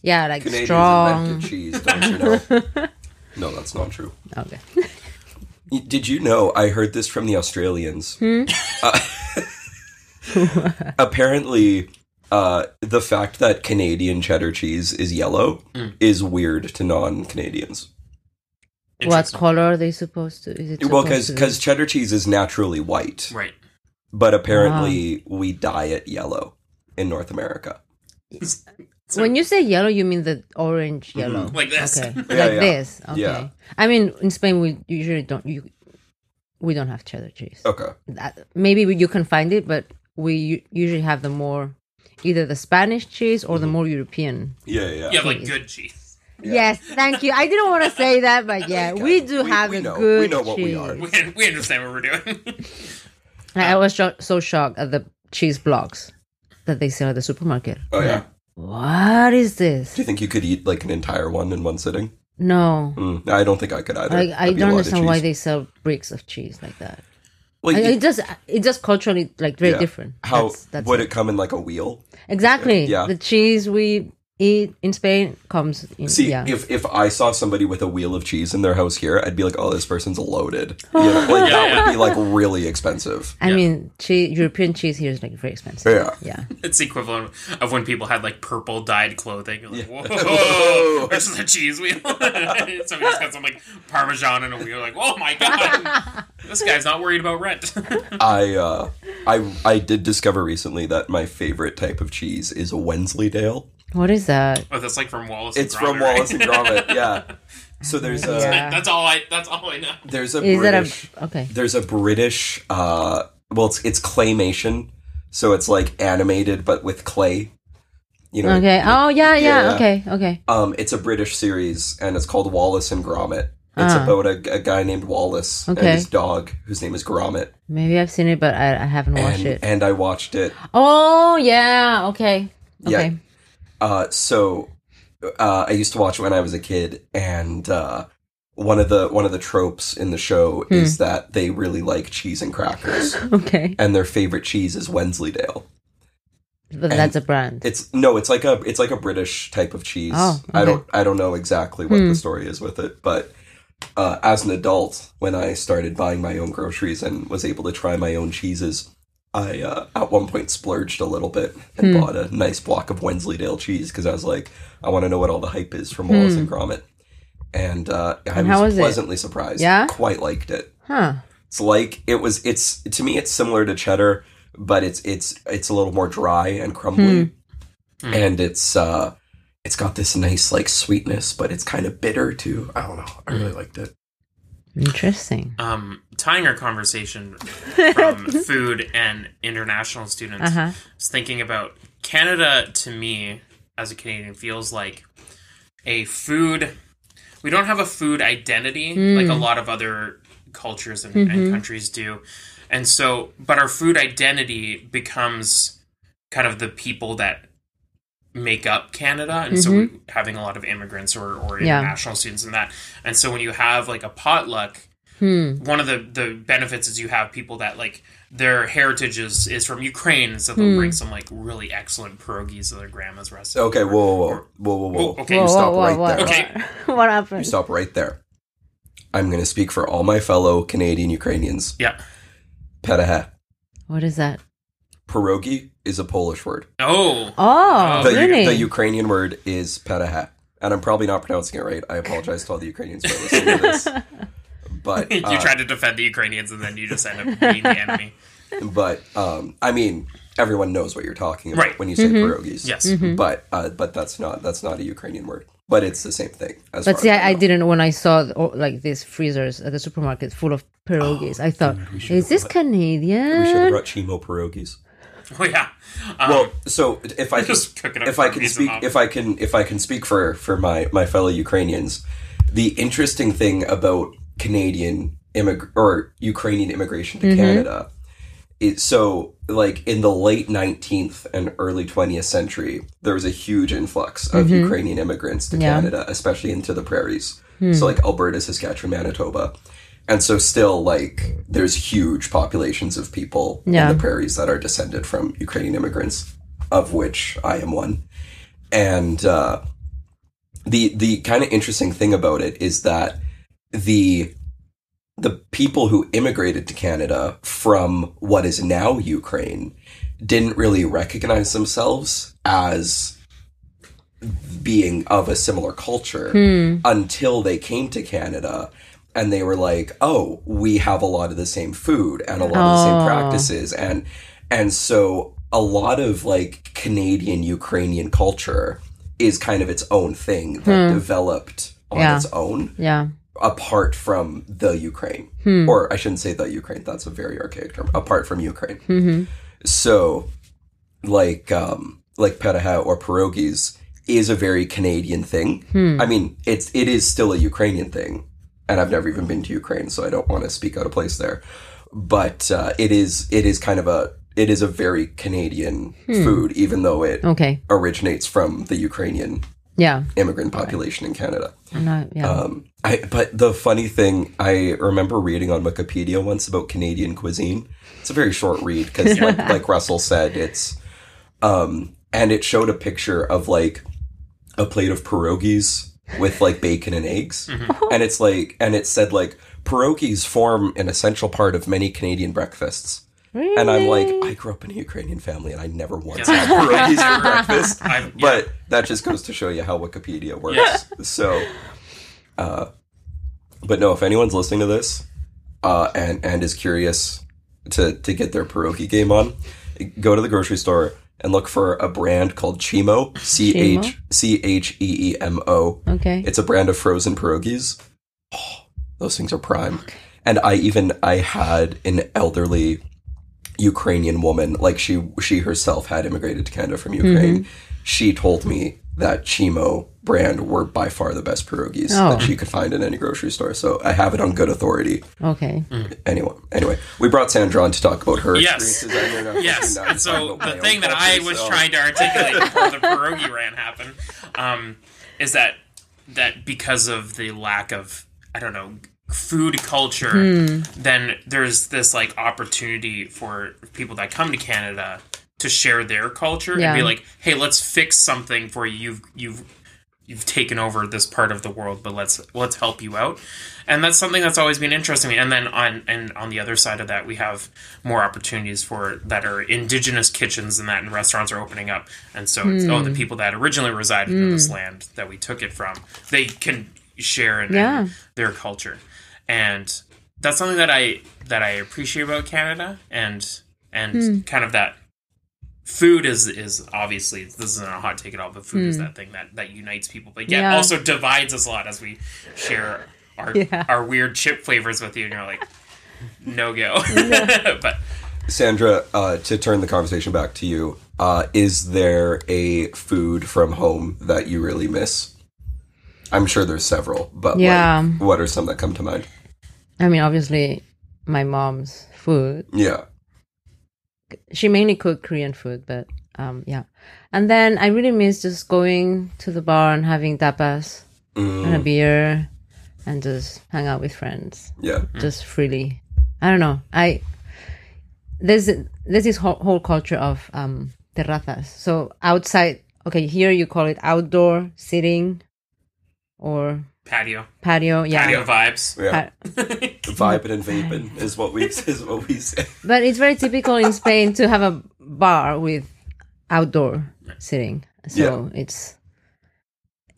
yeah, like Canadians strong. invented cheese, don't you know? no, that's not true. Okay. Y- Did you know I heard this from the Australians? Hmm? (laughs) Uh, (laughs) apparently, uh, the fact that Canadian cheddar cheese is yellow Mm. is weird to non Canadians. What Interesting. color are they supposed to? Is it Well, supposed because to be- because cheddar cheese is naturally white, Right. but Ah. apparently we dye it yellow in North America. So- when you say yellow, you mean the orange yellow, Like this. Okay, Mm-hmm. (laughs) Yeah, like yeah. this. Okay. Yeah. I mean, in Spain, we usually don't. You, we don't have cheddar cheese. Okay, That- maybe you can find it, but we u- usually have the more, either the Spanish cheese or Mm-hmm. the more European. yeah, yeah. Yeah, like good cheese. (laughs) Yes, thank you. I didn't want to say that, (laughs) but yeah, we do We- have we a know. We good. know what we cheese. are. We, we understand what we're doing. (laughs) I I was sho- so shocked at the cheese blocks that they sell at the supermarket. Oh yeah. What is Do this? you think you could eat like an entire one in one sitting? No. Mm, I don't think I could either. Like I That'd be a don't lot of understand why cheese. they sell bricks of cheese like that. Well, I- you- It just it just culturally like very yeah. different. How That's- that's would it come in like a wheel? exactly Yeah. the cheese we eat in Spain comes in See, yeah. if if I saw somebody with a wheel of cheese in their house here, I'd be like, "Oh, this person's loaded." You know, like that would be like really expensive. I mean, cheese, European cheese here is like very expensive. Yeah. yeah. It's the equivalent of when people had like purple dyed clothing. You're like, whoa, (laughs) Whoa. this is a cheese wheel. (laughs) Somebody just got some like parmesan in a wheel. Like, oh my (laughs) god, this guy's not worried about rent. (laughs) I uh, I I did discover recently that my favorite type of cheese is a Wensleydale. What is that? Uh, oh, that's like from Wallace. It's and Gromit, from Wallace right? and Gromit. Yeah. So there's a Yeah. (laughs) that's all I. That's all I know. there's a Is British that a okay? there's a British uh, well, it's it's claymation, so it's like animated but with clay. You know, Okay. Oh yeah, yeah. Yeah. Okay, okay. Um, it's a British series, and it's called Wallace and Gromit. It's Ah. about a, a guy named Wallace Okay. and his dog, whose name is Gromit. Maybe I've seen it, but I, I haven't watched And, it. and I watched it. oh yeah. Okay. Yeah. Okay. (laughs) Uh, so uh, I used to watch it when I was a kid, and uh, one of the one of the tropes in the show Hmm. is that they really like cheese and crackers, Okay. and their favorite cheese is Wensleydale. But that's a brand. It's no, it's like a it's like a British type of cheese. Oh, I okay. Hmm. don't I don't know exactly what the story is with it, but uh, as an adult, when I started buying my own groceries and was able to try my own cheeses, I uh, at one point splurged a little bit and Hmm. bought a nice block of Wensleydale cheese because I was like, I want to know what all the hype is from Wallace and Gromit, and uh, I Hmm. And how was was it? pleasantly surprised. Yeah? quite liked it. Huh. It's like it was. It's to me, it's similar to cheddar, but it's it's it's a little more dry and crumbly, and it's uh, it's got this nice like sweetness, but it's kind of bitter too. I don't know. I really liked it. Interesting. Um, tying our conversation (laughs) from food and international students, Uh huh. I was thinking about Canada to me as a Canadian feels like a food we don't have a food identity like a lot of other cultures and, and countries do. And so but our food identity becomes kind of the people that make up Canada and so we, having a lot of immigrants or, or Yeah. international students and that. And so when you have like a potluck Hmm. one of the the benefits is you have people that like their heritage is, is from Ukraine, so they'll bring some like really excellent pierogies that their grandma's recipe. Okay, whoa, whoa, whoa, whoa, whoa. Oh, whoa. okay. You stop right what, there. Okay. (laughs) what, what You happened? stop right there. I'm going to speak for all my fellow Canadian Ukrainians. Yeah. Pedahe. What is that? Pierogi is a Polish word. Oh. (laughs) Oh, The, really? the Ukrainian word is pedahe. And I'm probably not pronouncing it right. I apologize to all the Ukrainians for (laughs) listening to this. But you uh, tried to defend the Ukrainians and then you just end up being the enemy. (laughs) but um, I mean, everyone knows what you're talking about Right. when you say Mm-hmm. pierogies. Yes. but uh, but that's not that's not a Ukrainian word. But it's the same thing. As But far see, as I, I know. didn't when I saw the- oh, like these freezers at the supermarket full of pierogies. I thought, Oh, is this Canadian? We should have brought chimo pierogies. Oh yeah. (laughs) Um, Well, so if I can, Just cook it up if I for can reason speak, up. if I can, if I can speak for for my my fellow Ukrainians, the interesting thing about Canadian immig or Ukrainian immigration to Canada is so like in the late 19th and early 20th century, there was a huge influx of Ukrainian immigrants to Yeah. Canada, especially into the prairies. So like Alberta, Saskatchewan, Manitoba. And so still like there's huge populations of people Yeah. in the prairies that are descended from Ukrainian immigrants, of which I am one. And uh, the the kind of interesting thing about it is that the the people who immigrated to Canada from what is now Ukraine didn't really recognize themselves as being of a similar culture Hmm. until they came to Canada and they were like, "Oh, we have a lot of the same food and a lot of the Oh. same practices and and so a lot of like Canadian Ukrainian culture is kind of its own thing that developed on Hmm. Yeah. its own Yeah. apart from the Ukraine, or I shouldn't say the Ukraine. That's a very archaic term. Apart from Ukraine, Mm-hmm. so like um, like peraha or pierogies is a very Canadian thing. I mean, it's it is still a Ukrainian thing, and I've never even been to Ukraine, so I don't want to speak out of place there. But uh, it is it is kind of a it is a very Canadian food, even though it Okay. originates from the Ukrainian Yeah. immigrant population in Canada. And I- yeah. Um, I but the funny thing I remember reading on Wikipedia once about Canadian cuisine. It's a very short read (laughs) because, like, like Russell said, it's um, and it showed a picture of like a plate of pierogies with like bacon and eggs, Mm-hmm. (laughs) and it's like and it said like pierogies form an essential part of many Canadian breakfasts. really? And I'm like, I grew up in a Ukrainian family, and I never once had pierogies (laughs) for breakfast. (laughs) I, yeah, But that just goes to show you how Wikipedia works. Yes. So, uh, but no, if anyone's listening to this uh, and and is curious to to get their pierogi game on, go to the grocery store and look for a brand called Chimo C H C H E E M O. okay. It's a brand of frozen pierogies. Oh, those things are prime. And I even I had an elderly Ukrainian woman, like she she herself had immigrated to Canada from Ukraine. She told me that Chimo brand were by far the best pierogies Oh. that she could find in any grocery store. So I have it on good authority. okay. Mm. Anyway, anyway, we brought Sandra on to talk about her Yes. experiences. I know now (laughs) yes. now And I'm uh, talking so about my the own thing that I culture, was so- trying to (laughs) articulate before the pierogi rant happened um, is that that because of the lack of I don't know food culture, then there's this like opportunity for people that come to Canada to share their culture Yeah. and be like, hey, let's fix something for you. You've you've you've taken over this part of the world, but let's let's help you out. And that's something that's always been interesting. to me. And then on and on the other side of that, we have more opportunities for that are indigenous kitchens and that and restaurants are opening up. And so it's, oh, the people that originally resided in this land that we took it from, they can share in, in Yeah. their culture. And that's something that I that I appreciate about Canada and and kind of that food is is obviously this isn't a hot take at all, but food is that thing that that unites people, but Hmm. yet Yeah. also divides us a lot as we share our (laughs) Yeah. our weird chip flavors with you, and you're (laughs) like, no go. (laughs) but Sandra, uh, to turn the conversation back to you, uh, is there a food from home that you really miss? I'm sure there's several, but Yeah. like, what are some that come to mind? I mean, obviously, my mom's food. Yeah, She mainly cooked Korean food, but um, yeah. And then I really miss just going to the bar and having tapas and Mm. a beer, and just hang out with friends. yeah, Mm. just freely. I don't know. I there's there's this whole, whole culture of um, terrazas. So outside, okay, here you call it outdoor sitting or patio, patio. Yeah, patio vibes. Pa- yeah. Vibing and vaping is what we (laughs) is what we say. but it's very typical in Spain to have a bar with outdoor sitting. So it's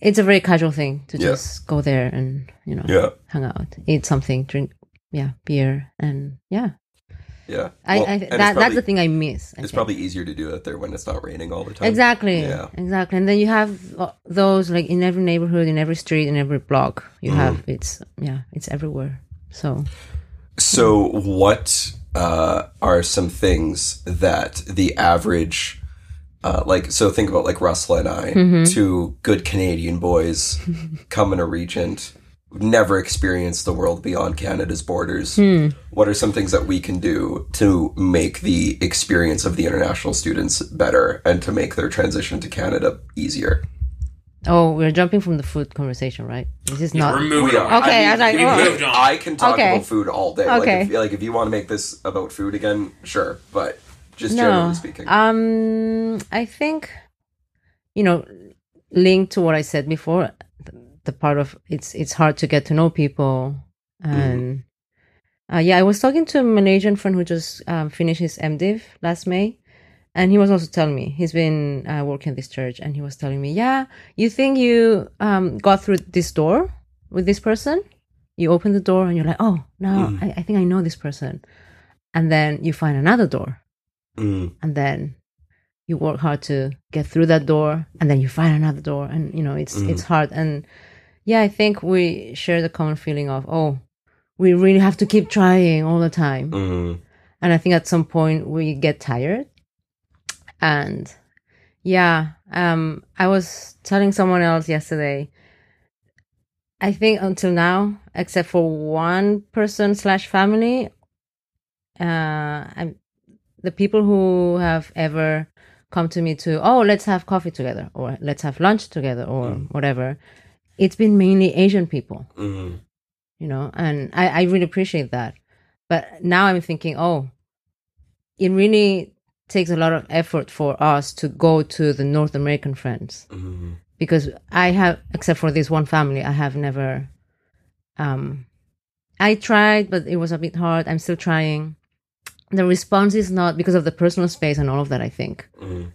it's a very casual thing to Yeah. just go there and you know Yeah, hang out, eat something, drink yeah beer and yeah Yeah. I, Well, I and it's that, that's probably- the thing I miss. I think. It's probably easier to do out there when it's not raining all the time. exactly, Yeah. exactly. And then you have uh, those like in every neighborhood, in every street, in every block. You have it's yeah, it's everywhere. So So, what uh, are some things that the average, uh, like, so think about like Russell and I, two good Canadian boys come in a regent, never experience the world beyond Canada's borders. What are some things that we can do to make the experience of the international students better and to make their transition to Canada easier? oh, we're jumping from the food conversation, right? This is We're not moving We are. on. Okay, I was like, we oh. moved on. I can talk Okay. about food all day. Okay. Like if, like if you want to make this about food again, sure, but just no. Uh, generally speaking. Um, I think you know, linked to what I said before, the, the part of it's it's hard to get to know people Mm. and. Uh, yeah, I was talking to a Malaysian friend who just um, finished his MDiv last May, and he was also telling me he's been uh, working at this church, and he was telling me, "Yeah, you think you um, got through this door with this person? You open the door, and you're like, oh, now Mm. I, I think I know this person,' and then you find another door, Mm. and then you work hard to get through that door, and then you find another door, and you know it's it's hard. And yeah, I think we share the common feeling of oh, we really have to keep trying all the time. Mm. And I think at some point we get tired. And yeah, um, I was telling someone else yesterday. I think until now, except for one person slash family, uh, I'm, the people who have ever come to me to oh let's have coffee together or let's have lunch together or whatever, it's been mainly Asian people Mm. you know and I, I really appreciate that but now i'm thinking oh it really takes a lot of effort for us to go to the north american friends Mm. because i have except for this one family i have never um i tried but it was a bit hard i'm still trying the response is not because of the personal space and all of that i think Mm.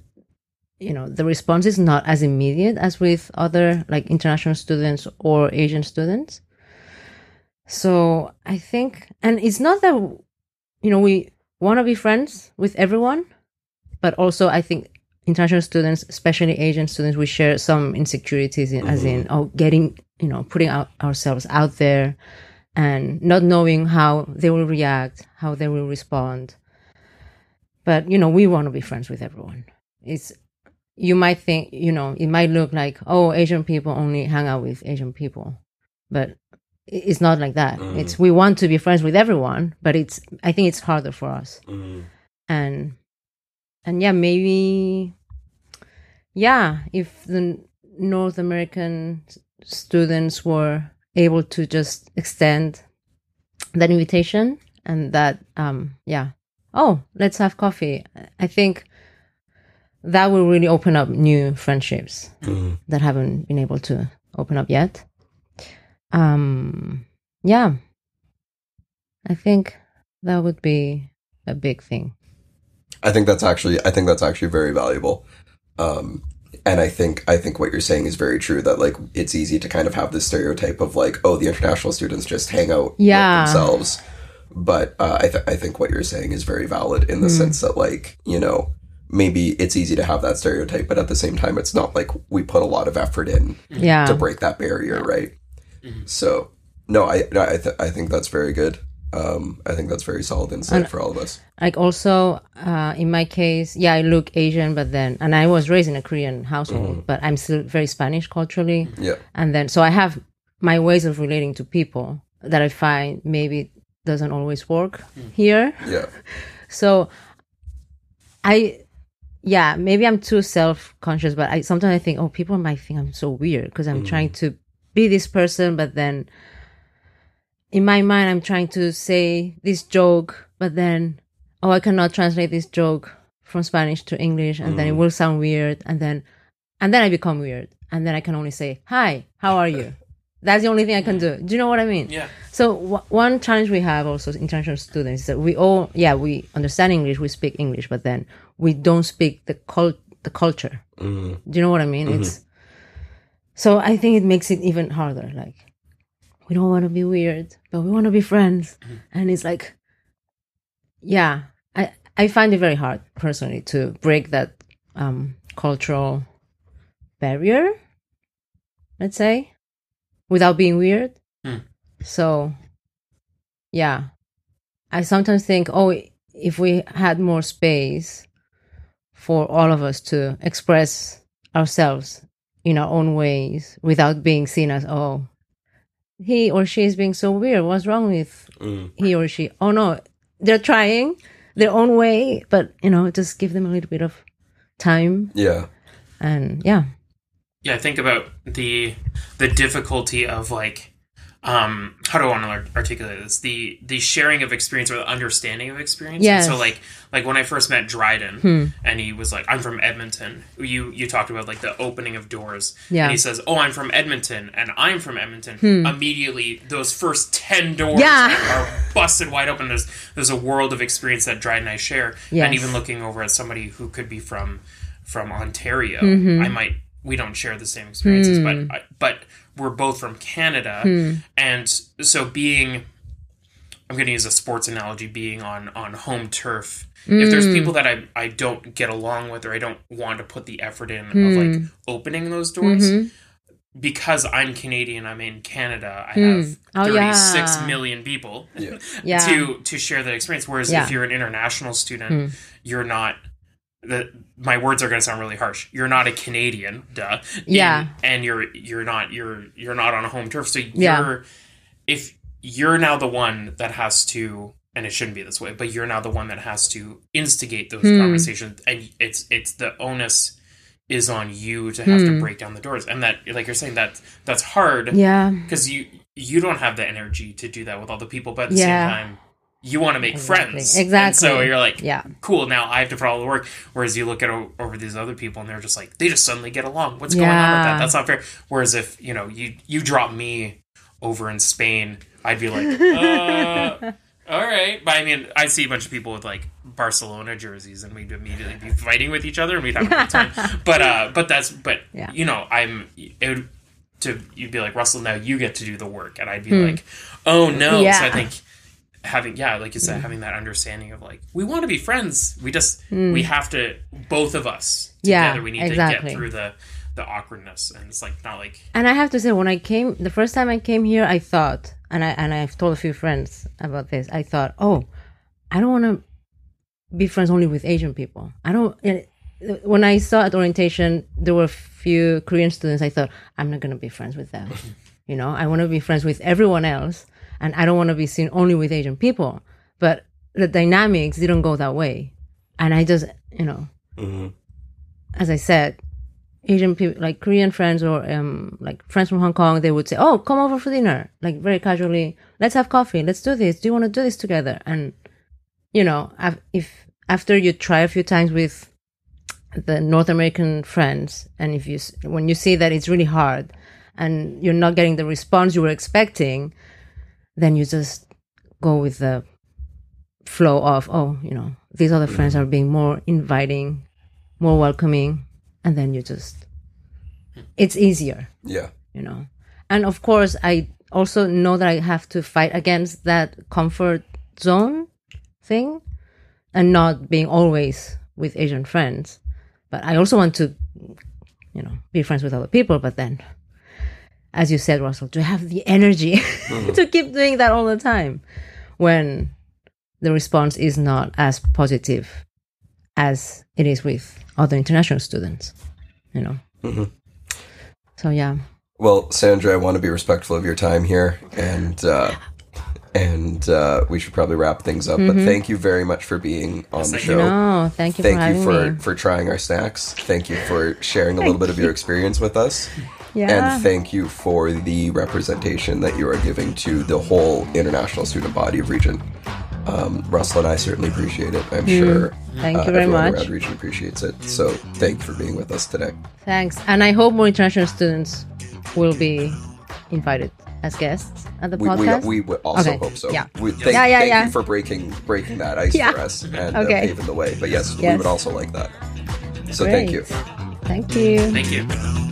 you know the response is not as immediate as with other like international students or asian students so i think and it's not that you know we want to be friends with everyone but also i think international students especially asian students we share some insecurities in, as in oh getting you know putting out ourselves out there and not knowing how they will react how they will respond but you know we want to be friends with everyone it's you might think you know it might look like oh asian people only hang out with asian people but i- it's not like that Mm. it's we want to be friends with everyone but it's i think it's harder for us Mm. and and yeah maybe yeah if the n- north american s- students were able to just extend that invitation and that um yeah oh let's have coffee i think that will really open up new friendships Mm. that haven't been able to open up yet um yeah i think that would be a big thing I think that's actually I think that's actually very valuable. Um and I think I think what you're saying is very true that like it's easy to kind of have this stereotype of like oh the international students just hang out with Yeah. themselves. But uh, I th- I think what you're saying is very valid in the Hmm. sense that like you know maybe it's easy to have that stereotype but at the same time it's not like we put a lot of effort in yeah to break that barrier, right? So, no, I no, I, th- I think that's very good. Um, I think that's very solid insight for all of us. like also uh, in my case yeah i look asian but then and i was raised in a korean household but i'm still very spanish culturally Yeah. and then so i have my ways of relating to people that i find maybe doesn't always work here Yeah. so i yeah maybe i'm too self-conscious but i sometimes i think oh people might think i'm so weird because i'm trying to be this person but then in my mind i'm trying to say this joke but then oh i cannot translate this joke from spanish to english and then it will sound weird and then and then i become weird and then i can only say hi how are you that's the only thing i can do do you know what i mean Yeah. so w- one challenge we have also as international students is that we all yeah we understand English we speak English but then we don't speak the cult the culture. Mm. Do you know what I mean? It's so I think it makes it even harder. Like we don't want to be weird, but we want to be friends, and it's like yeah, I I find it very hard personally to break that um, cultural barrier. Let's say, without being weird. Hmm. So, yeah, I sometimes think, oh, if we had more space for all of us to express ourselves in our own ways without being seen as, oh, he or she is being so weird. What's wrong with Mm. he or she? Oh no, they're trying their own way, but you know, just give them a little bit of time Yeah. and yeah, yeah think about the the difficulty of like um how do i want to articulate this the the sharing of experience or the understanding of experience And Yes. so like like when i first met dryden Hmm. and he was like i'm from edmonton you you talked about like the opening of doors Yeah. Hmm. and he says oh i'm from edmonton and i'm from edmonton immediately those first 10 doors Yeah. are busted wide open there's there's a world of experience that dryden and i share Yes. and even looking over at somebody who could be from from Ontario, Mm-hmm. I might we don't share the same experiences, Hmm. but I- but we're both from Canada, and so being I'm going to use a sports analogy, being on on home turf. Hmm. If there's people that I, I don't get along with or I don't want to put the effort in Hmm. of like opening those doors, Mm-hmm. because I'm Canadian, I'm in Canada, I have Oh, thirty six million yeah. people Yeah. yeah, to to share that experience. Whereas Yeah. Hmm. if you're an international student, you're not. The, my words are going to sound really harsh. You're not a Canadian, duh. And- Yeah. and you're you're not you're you're not on a home turf. So you're Yeah. if you're now the one that has to, and it shouldn't be this way, but you're now the one that has to instigate those Hmm. conversations, and it's it's the onus is on you to have to break down the doors, and that like you're saying that that's hard Hmm. yeah, because you you don't have the energy to do that with all the people but at the Yeah. same time you want to make Exactly. friends and so Exactly. you're like Yeah. cool now i have to put all the work whereas you look at o- over these other people and they're just like they just suddenly get along what's going on with Yeah. that that's not fair whereas if you know you you drop me over in spain i'd be like uh, all right but i mean i see a bunch of people with like barcelona jerseys and we'd immediately be fighting with each other and we'd have a (laughs) good time but uh but that's but Yeah. you know i'm it would to you'd be like Russell, now you get to do the work, and I'd be like, oh no. Hmm. Yeah. Hmm. So I think having yeah, like you said, having that understanding of like we want to be friends, we just we have to both of us Hmm. Yeah, together. we need to exactly. get through the the awkwardness, and it's like not like And I have to say, when I came the first time I came here, I thought, and I and I've told a few friends about this. I thought, oh, I don't want to be friends only with Asian people. I don't. and When I saw at orientation, there were a few Korean students. I thought, I'm not gonna be friends with them. you know, I want to be friends with everyone else, and I don't want to be seen only with Asian people. But the dynamics didn't go that way, and I just, you know, as I said, Asian people, like Korean friends or um, like friends from Hong Kong, they would say, "Oh, come over for dinner," like very casually. Let's have coffee. Let's do this. Do you want to do this together? And you know, af- if after you try a few times with the North American friends, and if you s- when you see that it's really hard, and you're not getting the response you were expecting, then you just go with the flow of, oh, you know, these other friends are being more inviting, more welcoming, and then you just it's easier Yeah. you know and of course i also know that i have to fight against that comfort zone thing and not being always with asian friends but i also want to you know be friends with other people but then as you said russell to have the energy (laughs) to keep doing that all the time when the response is not as positive as it is with other international students you know so yeah Well, Sandra, I want to be respectful of your time here, and uh, and uh, we should probably wrap things up. But thank you very much for being on the thank show. Mm-hmm. No, thank you for Thank having you for, me. for trying our snacks. Thank you for sharing a little bit of your experience with us. Yeah. And thank you for the representation that you are giving to the whole international student body of Region. Um, Russell and I certainly appreciate it. I'm Mm. sure uh, Thank you very everyone much. around Region appreciates it. So thank you for being with us today. Thanks. And I hope more international students will be invited as guests at the We, we, podcast. we would also Okay. hope so. Yeah. We, thank Yeah, yeah, thank yeah. you for breaking breaking that ice Yeah. for us and uh, Okay. paving the way. But yes, we Yes. would also like that. So Great. thank you. Thank you. thank you.